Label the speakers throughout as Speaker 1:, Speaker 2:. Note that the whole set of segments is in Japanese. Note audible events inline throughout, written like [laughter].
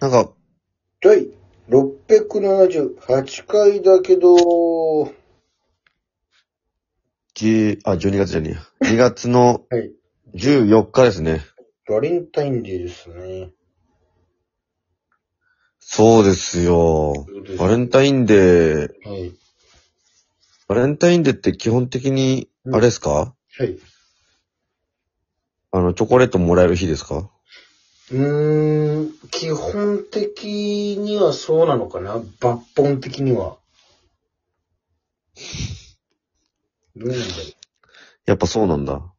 Speaker 1: なんか、
Speaker 2: 第678回だけど、は
Speaker 1: 10、あ、12月じゃねえや。2月
Speaker 2: [laughs]
Speaker 1: の
Speaker 2: い。
Speaker 1: 14日ですね。
Speaker 2: バレンタインデーですね。
Speaker 1: そうですよ。バレンタインデー、
Speaker 2: はい。
Speaker 1: バレンタインデーって基本的に、
Speaker 2: うん
Speaker 1: あれですか、
Speaker 2: はい。う
Speaker 1: あの、チョコレートもらえる日ですか
Speaker 2: ーん、基本的にはそうなのかな抜本的には。どうなんだろ
Speaker 1: やっぱそうなんだ。
Speaker 2: う。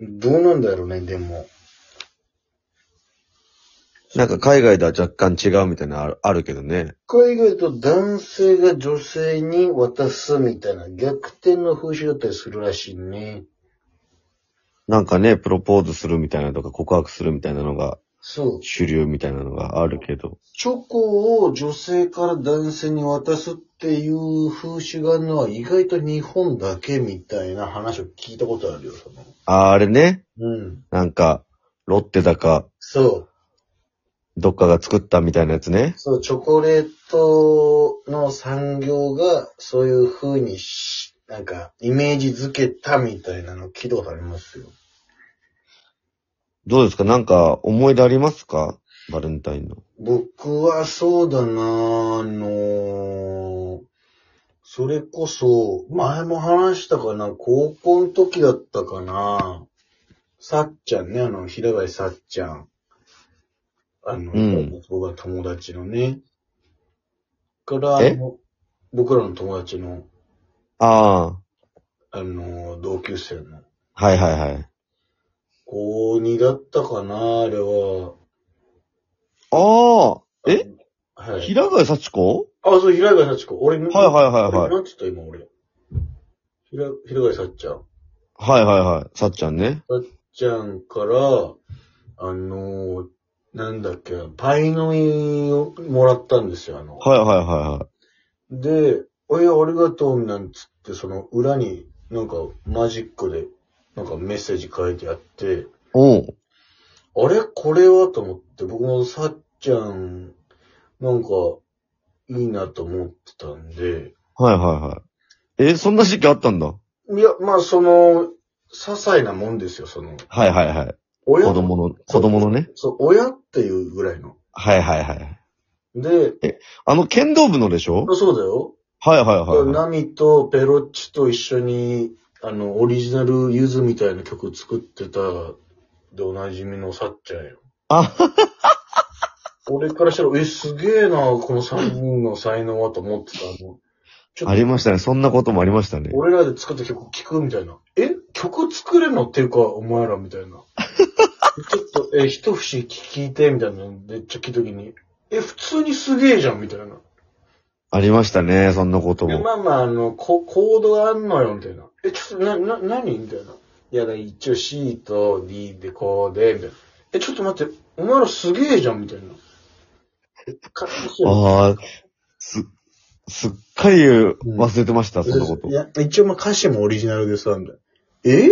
Speaker 2: どうなんだろうね、でも。
Speaker 1: なんか海外では若干違うみたいなのあるあるけどね。
Speaker 2: 海外と男性が女性に渡すみたいな逆転の風習だったりするらしいね。
Speaker 1: なんかね、プロポーズするみたいなのとか告白するみたいなのが
Speaker 2: そう。
Speaker 1: 主流みたいなのがあるけど。
Speaker 2: チョコを女性から男性に渡すっていう風習があるのは意外と日本だけみたいな話を聞いたことあるよ、その。
Speaker 1: あ、あれね。
Speaker 2: うん。
Speaker 1: なんか、ロッテだか、
Speaker 2: そう。
Speaker 1: どっかが作ったみたいなやつね。
Speaker 2: そう、チョコレートの産業がそういう風にし、なんか、イメージ付けたみたいなの聞いたことありますよ。
Speaker 1: どうですかなんか思い出ありますかバレンタインの。
Speaker 2: 僕はそうだなあの、それこそ、前も話したかな、高校の時だったかな。さっちゃんね、あの、平林さっちゃん。あの、
Speaker 1: うん
Speaker 2: 僕が友達のね。から、あ
Speaker 1: え
Speaker 2: の僕らの友達の、
Speaker 1: あ
Speaker 2: あの、同級生の、
Speaker 1: あ、はいはいはい。
Speaker 2: 高2だったかな、あれは。
Speaker 1: あえ
Speaker 2: は
Speaker 1: あ、
Speaker 2: い。
Speaker 1: 平川幸子
Speaker 2: あ、そう、平井幸子。俺、
Speaker 1: はいはいはい
Speaker 2: あ
Speaker 1: は
Speaker 2: れ
Speaker 1: い。
Speaker 2: なんつった今俺。ひら、ひらがいさっちゃん。
Speaker 1: はいはいはい。さっちゃんね。
Speaker 2: ちゃんから、あのー、なんだっけ、パイの実をもらったんですよ、あの。
Speaker 1: はいはいはいはい。
Speaker 2: で、おや、ありがとう、なんつって、その裏になんかマジックで、なんかメッセージ書いてあって、
Speaker 1: おう。
Speaker 2: あれこれはと思って、僕もさっちゃん、なんか、いいなと思ってたんで、
Speaker 1: はいはいはい。え、そんな時期あったんだ。
Speaker 2: いや、まあ、その、些細なもんですよ、その。
Speaker 1: はいはいはい。
Speaker 2: 親
Speaker 1: 子供の、子供のね。
Speaker 2: そう、親っていうぐらいの。
Speaker 1: はいはいはい。
Speaker 2: で、
Speaker 1: あの剣道部のでしょ
Speaker 2: そうだよ。
Speaker 1: はいはいはいはい。
Speaker 2: ナミとペロッチと一緒に、あの、オリジナルユズみたいな曲作ってた、でおなじみのさっちゃんよ。
Speaker 1: あ、
Speaker 2: 俺からしたら、え、すげえな、この3人の才能はと思ってたの。ちょ
Speaker 1: あ
Speaker 2: っ
Speaker 1: り
Speaker 2: と、
Speaker 1: ましたね。そんなこともありましたね。
Speaker 2: 俺らで作った曲聴くみたいな。え曲作れんのっていうか、お前らみたいな。ちょっと、え、一節聴いて、みたいなので、ちょっと聞いた時に、え、普通にすげえじゃん、みたいな。
Speaker 1: ありましたね。そんなこと
Speaker 2: いや
Speaker 1: も。
Speaker 2: まあまあ、あの、ココードがあんのよ、みたいな。え、ちょっと、な、な、何みたいな。いや、だから一応 C と D でこうで、みたいな。え、ちょっと待って、お前らすげえじゃん、みたいな。えかっこ
Speaker 1: ああ、す、すっかり忘れてました、
Speaker 2: いい
Speaker 1: そんなこと
Speaker 2: い。や、一応まあ歌詞もオリジナルでさ、みたいな。え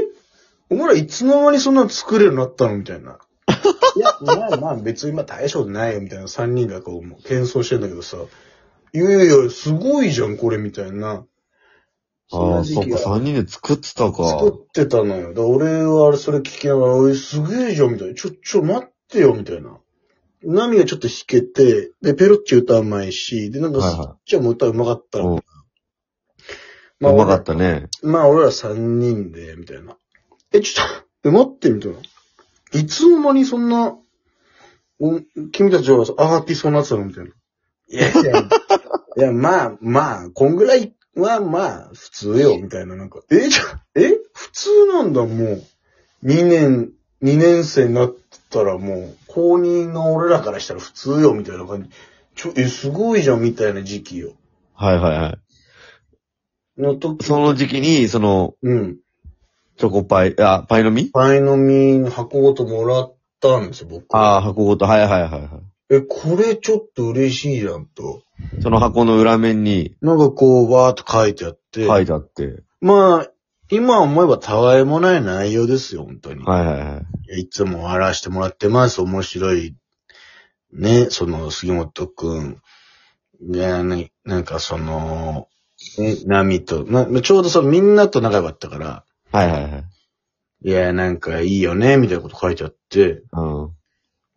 Speaker 2: お前らいつの間にそんなの作れるようになったのみたいな。いや、まあまあ別に今大したことないよ、みたいな。三人がこう、もう喧騒してんだけどさ。いやいやいや、すごいじゃん、これ、みたいな。ん
Speaker 1: あ
Speaker 2: な
Speaker 1: あ、
Speaker 2: 時
Speaker 1: そっ
Speaker 2: 期
Speaker 1: か、
Speaker 2: が
Speaker 1: 三人で作ってたか。
Speaker 2: 作ってたのよ。で、俺はあれそれ聞きながら、おい、すげえじゃん、みたいな。ちょ、ちょ、待ってよ、みたいな。ナミがちょっと弾けて、で、ペロッチ歌うまいし、で、なんか、
Speaker 1: はいはい
Speaker 2: スッチャも歌うまかったの。
Speaker 1: うん
Speaker 2: まあ、
Speaker 1: うまか
Speaker 2: 俺
Speaker 1: ったね。
Speaker 2: まあ、俺ら三人で、みたいな。え、ちょっと、え、待って、みたいな。いつの間にそんな、お君たちはアーティストになってたのみたいな。いやいや、いや、 [laughs] まあ、まあ、こんぐらいは、まあ、普通よ、みたいな、なんか。え、じゃ、え普通なんだ、もう。二年、二年生になったらもう、公認の俺らからしたら普通よ、みたいな感じ。ちょ、え、すごいじゃん、みたいな時期よ。
Speaker 1: はいはいは
Speaker 2: の時
Speaker 1: い。、その時期に、その、
Speaker 2: うん。
Speaker 1: チョコパイ、あ、パイの実
Speaker 2: パイの実の箱ごともらったんですよ、僕。
Speaker 1: ああ、箱ごと、はいはいはいは
Speaker 2: え、これちょっと嬉しいじゃんと。
Speaker 1: い。その箱の裏面に
Speaker 2: なんかこう、わーっと書いてあって。
Speaker 1: 書いてあって、
Speaker 2: まあ、今思えばたわいもない内容ですよ、本当に。
Speaker 1: はいはいはい。
Speaker 2: い、つも笑わせてもらってます、面白い。ね、その、杉本くんが、ね、なんかその、ね、波と、な、ちょうどそのみんなと仲良かったから、
Speaker 1: はいはいはい。
Speaker 2: いや、なんかいいよね、みたいなこと書いてあって、
Speaker 1: うん。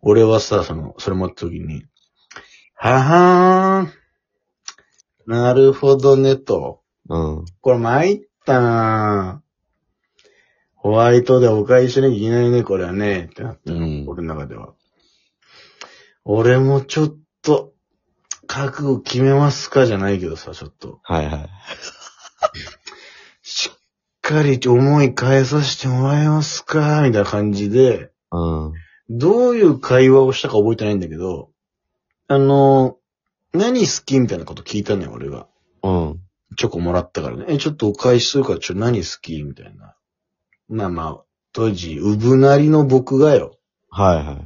Speaker 2: 俺はさ、その、それ持った時に、ははーん、なるほどね、と。
Speaker 1: うん。
Speaker 2: これ参ったなホワイトでお返ししなきゃいけないね、これはね、ってなったの、
Speaker 1: うん
Speaker 2: 俺の中では。俺もちょっと、覚悟決めますかじゃないけどさ、ちょっと。
Speaker 1: はいはい。
Speaker 2: しっかり思い返させてもらえますかみたいな感じで、
Speaker 1: うん。
Speaker 2: どういう会話をしたか覚えてないんだけど、あの、何好きみたいなこと聞いたのよ、俺が。
Speaker 1: うん。
Speaker 2: チョコもらったからね。え、ちょっとお返しするから、ちょ、何好きみたいな。まあまあ、当時、うぶなりの僕がよ。
Speaker 1: はいはい。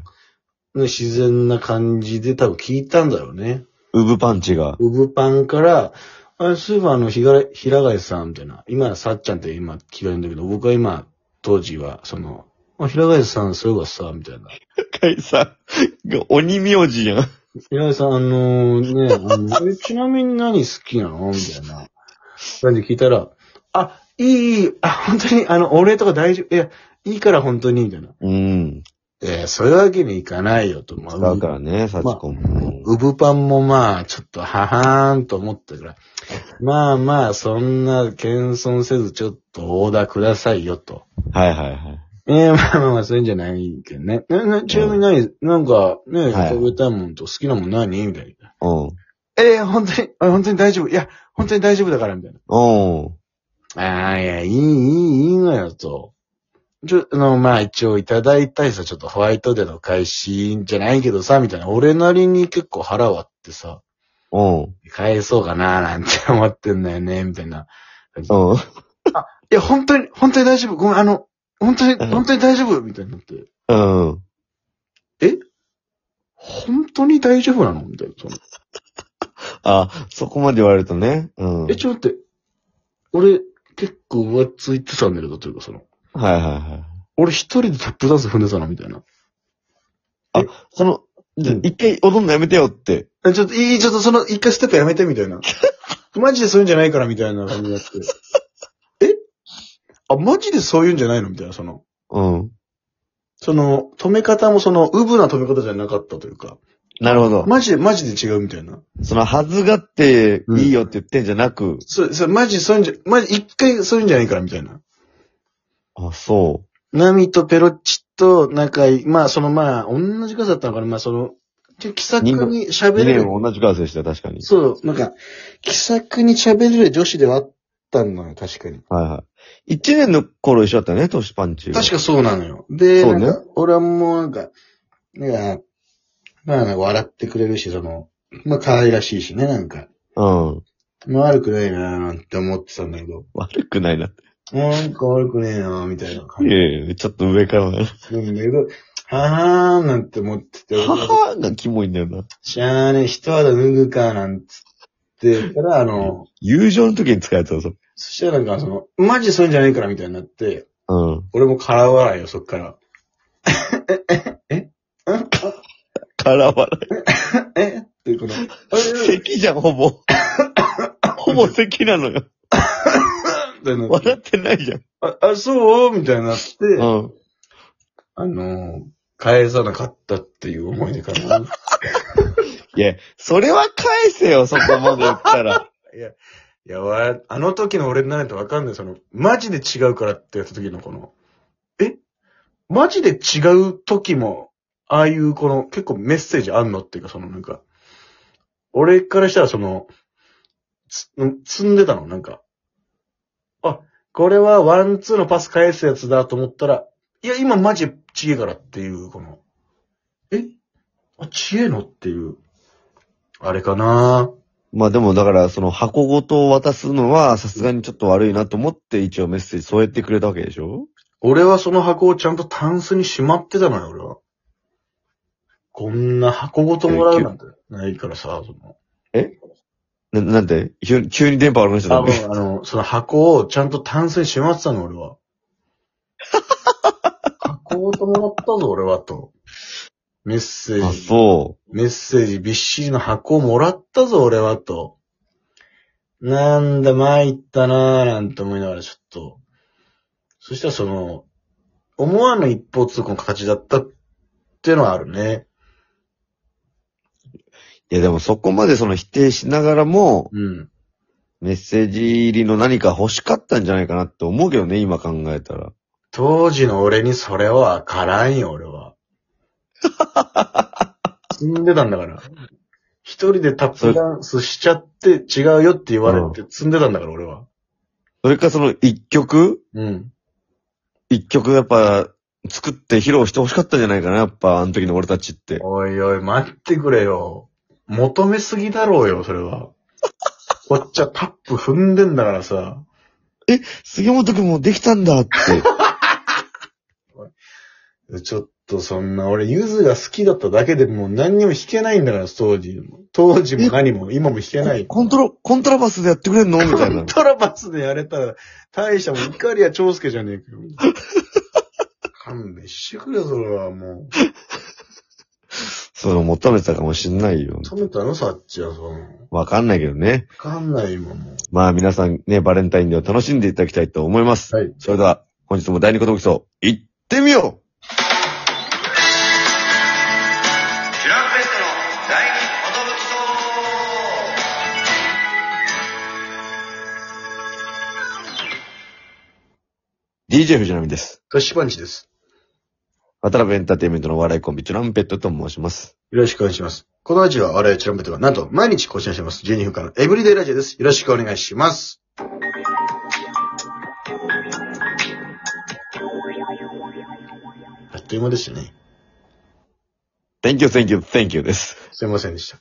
Speaker 2: ね自然な感じで多分聞いたんだよね。
Speaker 1: ウブパンチが。
Speaker 2: うぶパンから、あそういえばあの、ひがら、ひらがいさん、みたいな。今、さっちゃんって今、聞かれるんだけど、僕は今、当時は、その、あ、ひらがいさん、そういえばさ、みたいな。
Speaker 1: 解散が鬼名字やん。
Speaker 2: 平井さん、あのね、あ
Speaker 1: [laughs]
Speaker 2: のえちなみに何好きなのみたいな。なんで聞いたら、あ、いい、いい、あ、本当に、あの、俺とか大丈夫、いや、いいから本当に、みたいな。
Speaker 1: うん。
Speaker 2: えーそういうわけにいかないよと、まあ、
Speaker 1: 使うか
Speaker 2: う
Speaker 1: らね、サチコも。
Speaker 2: うぶパンもまあ、ちょっと、ははーんと思ったから、まあまあ、そんな、謙遜せず、ちょっと、オーダーくださいよと。
Speaker 1: はいはいはい。
Speaker 2: えー、 [laughs] まあまあまあ、そういうんじゃないけどね。ななちなみに何、なんか、ね、
Speaker 1: はい
Speaker 2: 食べたいもんと好きなもん何みたいな。
Speaker 1: うん。
Speaker 2: ええ本当に、あ本当に大丈夫。いや、本当に大丈夫だから、みたいな。
Speaker 1: うん。
Speaker 2: ああ、いや、いい、いい、いいのよ、と。ちょ、あの、まあ一応いただいたりさ、ちょっとホワイトデーの開始じゃないけどさ、みたいな。俺なりに結構腹割ってさ、
Speaker 1: うん。
Speaker 2: 返そうかな、なんて思ってんだよね、みたいな。
Speaker 1: うん。
Speaker 2: いや、本当に、本当に大丈夫。ごめん、あの、本当に、
Speaker 1: うん
Speaker 2: 本当に大丈夫、みたいになって。
Speaker 1: うん。
Speaker 2: 本当に大丈夫なのみたいな。その
Speaker 1: あ、そこまで言われるとね。うん。
Speaker 2: え、ちょ、待って。俺、結構浮ついてたんだけど、というかその。
Speaker 1: はいはいはい。
Speaker 2: 俺一人でトップダンス踏んでたな、みたいな。
Speaker 1: その、じゃ一回踊んのやめてよって。
Speaker 2: えちょっと、いい、ちょっとその一回ステップやめて、みたいな。マジでそういうんじゃないから、みたいな感じになって。えあ、マジでそういうんじゃないのみたいな、その。
Speaker 1: うん。
Speaker 2: その、止め方もその、ウブな止め方じゃなかったというか、
Speaker 1: なるほど。
Speaker 2: マジで、マジで違うみたいな。
Speaker 1: その、はずがっていいよって言ってんじゃなく、
Speaker 2: そ、そ、マジでそういうんじゃ、マジ一回そういうんじゃないから、みたいな。
Speaker 1: あ、そ
Speaker 2: ナミとペロッチと仲いい、まあそのまあ、同じ数だったのかな、まあその、ちょ気さくに
Speaker 1: う。
Speaker 2: 喋
Speaker 1: 2
Speaker 2: れる
Speaker 1: 年。は同じクラスでしたよ、確かに。
Speaker 2: そう、なんか、気さくに喋れる女子ではあったのよ、確かに。
Speaker 1: はいはい。1年の頃一緒だったね、トシパンチは。
Speaker 2: 確かそうなのよ。で、
Speaker 1: そうね
Speaker 2: なんか俺はもうなんか、なんか、まあなんか笑ってくれるし、その、まあ可愛らしいしね、なんか。
Speaker 1: うん。
Speaker 2: まあ悪くないなーなんて思ってたんだけど、
Speaker 1: 悪くないな。
Speaker 2: なんか悪くねえなーみたいな感
Speaker 1: い
Speaker 2: じ
Speaker 1: やいや、ちょっと上からな。
Speaker 2: なんだけど、はーなんて思ってて、
Speaker 1: 母がキモいんだよな。
Speaker 2: しゃーね、一肌脱ぐか、なんつってたら、あの、
Speaker 1: 友情の時に使うやつだ、それ。
Speaker 2: そしたらなんかその、マジでそういうんじゃないからみたいになって、
Speaker 1: うん。
Speaker 2: 俺も空笑いよ、そっから。えええ
Speaker 1: から笑
Speaker 2: ええっていうこの、あ
Speaker 1: い。
Speaker 2: れ
Speaker 1: 咳じゃん、ほ [laughs] ぼ。ほぼ咳なのよ。
Speaker 2: ってなって
Speaker 1: 笑ってないじゃん。
Speaker 2: あ、あそうみたいになって、
Speaker 1: [laughs] うん。
Speaker 2: あのー、返さなかったっていう思い出かな。
Speaker 1: いや、それは返せよ、そこまで言った [laughs] ら。
Speaker 2: いや、わあの時の俺になるとわかんない。その、マジで違うからってやった時のこの、えマジで違う時も、ああいうこの、結構メッセージあんのっていうか、そのなんか、俺からしたらその、つ、積んでたの、なんか。あ、これはワンツーのパス返すやつだと思ったら、いや、今マジで違えからっていう、この、えあ、違えのっていう、あれかな
Speaker 1: まあでも、だから、その箱ごと渡すのは、さすがにちょっと悪いなと思って、一応メッセージ添えてくれたわけでしょ
Speaker 2: 俺はその箱をちゃんとタンスにしまってたのよ、俺は。こんな箱ごともらうなんてないからさ、その、
Speaker 1: な、なんて、急に急に電波悪くなっちゃ
Speaker 2: あ
Speaker 1: ったね。
Speaker 2: の、あのその箱をちゃんとタンスにしまってたの、俺は。箱ごともらったぞ、俺は、と。メッセー
Speaker 1: あ、
Speaker 2: ジ、
Speaker 1: そ
Speaker 2: メッセージびっしりの箱をもらったぞ、俺は、と。なんだ、参ったなぁ、なんて思いながら、ちょっと。そしたら、その、思わぬ一方通行の形だったっていうのはあるね。
Speaker 1: う。いや、でもそこまでその否定しながらも、
Speaker 2: うん。
Speaker 1: メッセージ入りの何か欲しかったんじゃないかなって思うけどね、今考えたら。
Speaker 2: 当時の俺にそれは分からんよ、俺 [laughs] は。死んでたんだから。一人でタップダンスしちゃって違うよって言われて積んでたんだから、俺は。
Speaker 1: それかその一曲
Speaker 2: うん。
Speaker 1: 一曲やっぱ作って披露して欲しかったんじゃないかな、やっぱあの時の俺たちって。
Speaker 2: おいおい、待ってくれよ。求めすぎだろうよ、それは。こっちはタップ踏んでんだからさ。
Speaker 1: 杉本くんもできたんだって。
Speaker 2: ちょっとそんな、俺、ゆずが好きだっただけでもう何にも弾けないんだから、当時も。当時も何も、今も弾けない。
Speaker 1: コントロ、コントラバスでやってくれんのみたい
Speaker 2: コ
Speaker 1: な
Speaker 2: ン。トラバスでやれたら、大したもん、怒りや長介じゃねえかよ。勘弁してくれよ、それはもう。
Speaker 1: そういうの求めてたかもしんないよ。
Speaker 2: 止めたの、さっちは、その。
Speaker 1: わかんないけどね。
Speaker 2: わかんない、今もう。
Speaker 1: まあ皆さんね、バレンタインデーを楽しんでいただきたいと思います。
Speaker 2: はい。
Speaker 1: それでは、本日も第二言武器層、行ってみよ
Speaker 3: キュランペストの第二音武器と
Speaker 1: う !DJ 藤波です。
Speaker 2: トシパンチです。
Speaker 1: 渡辺エンターテインメントのお笑いコンビ、チュランペットと申します。
Speaker 2: よろしくお願いします。このラジオは我々チランペットがなんと毎日更新しています。12分間のエブリデイラジオです。よろしくお願いします。あっという間でしたね。
Speaker 1: Thank you, thank you, thank you です。
Speaker 2: すいませんでした。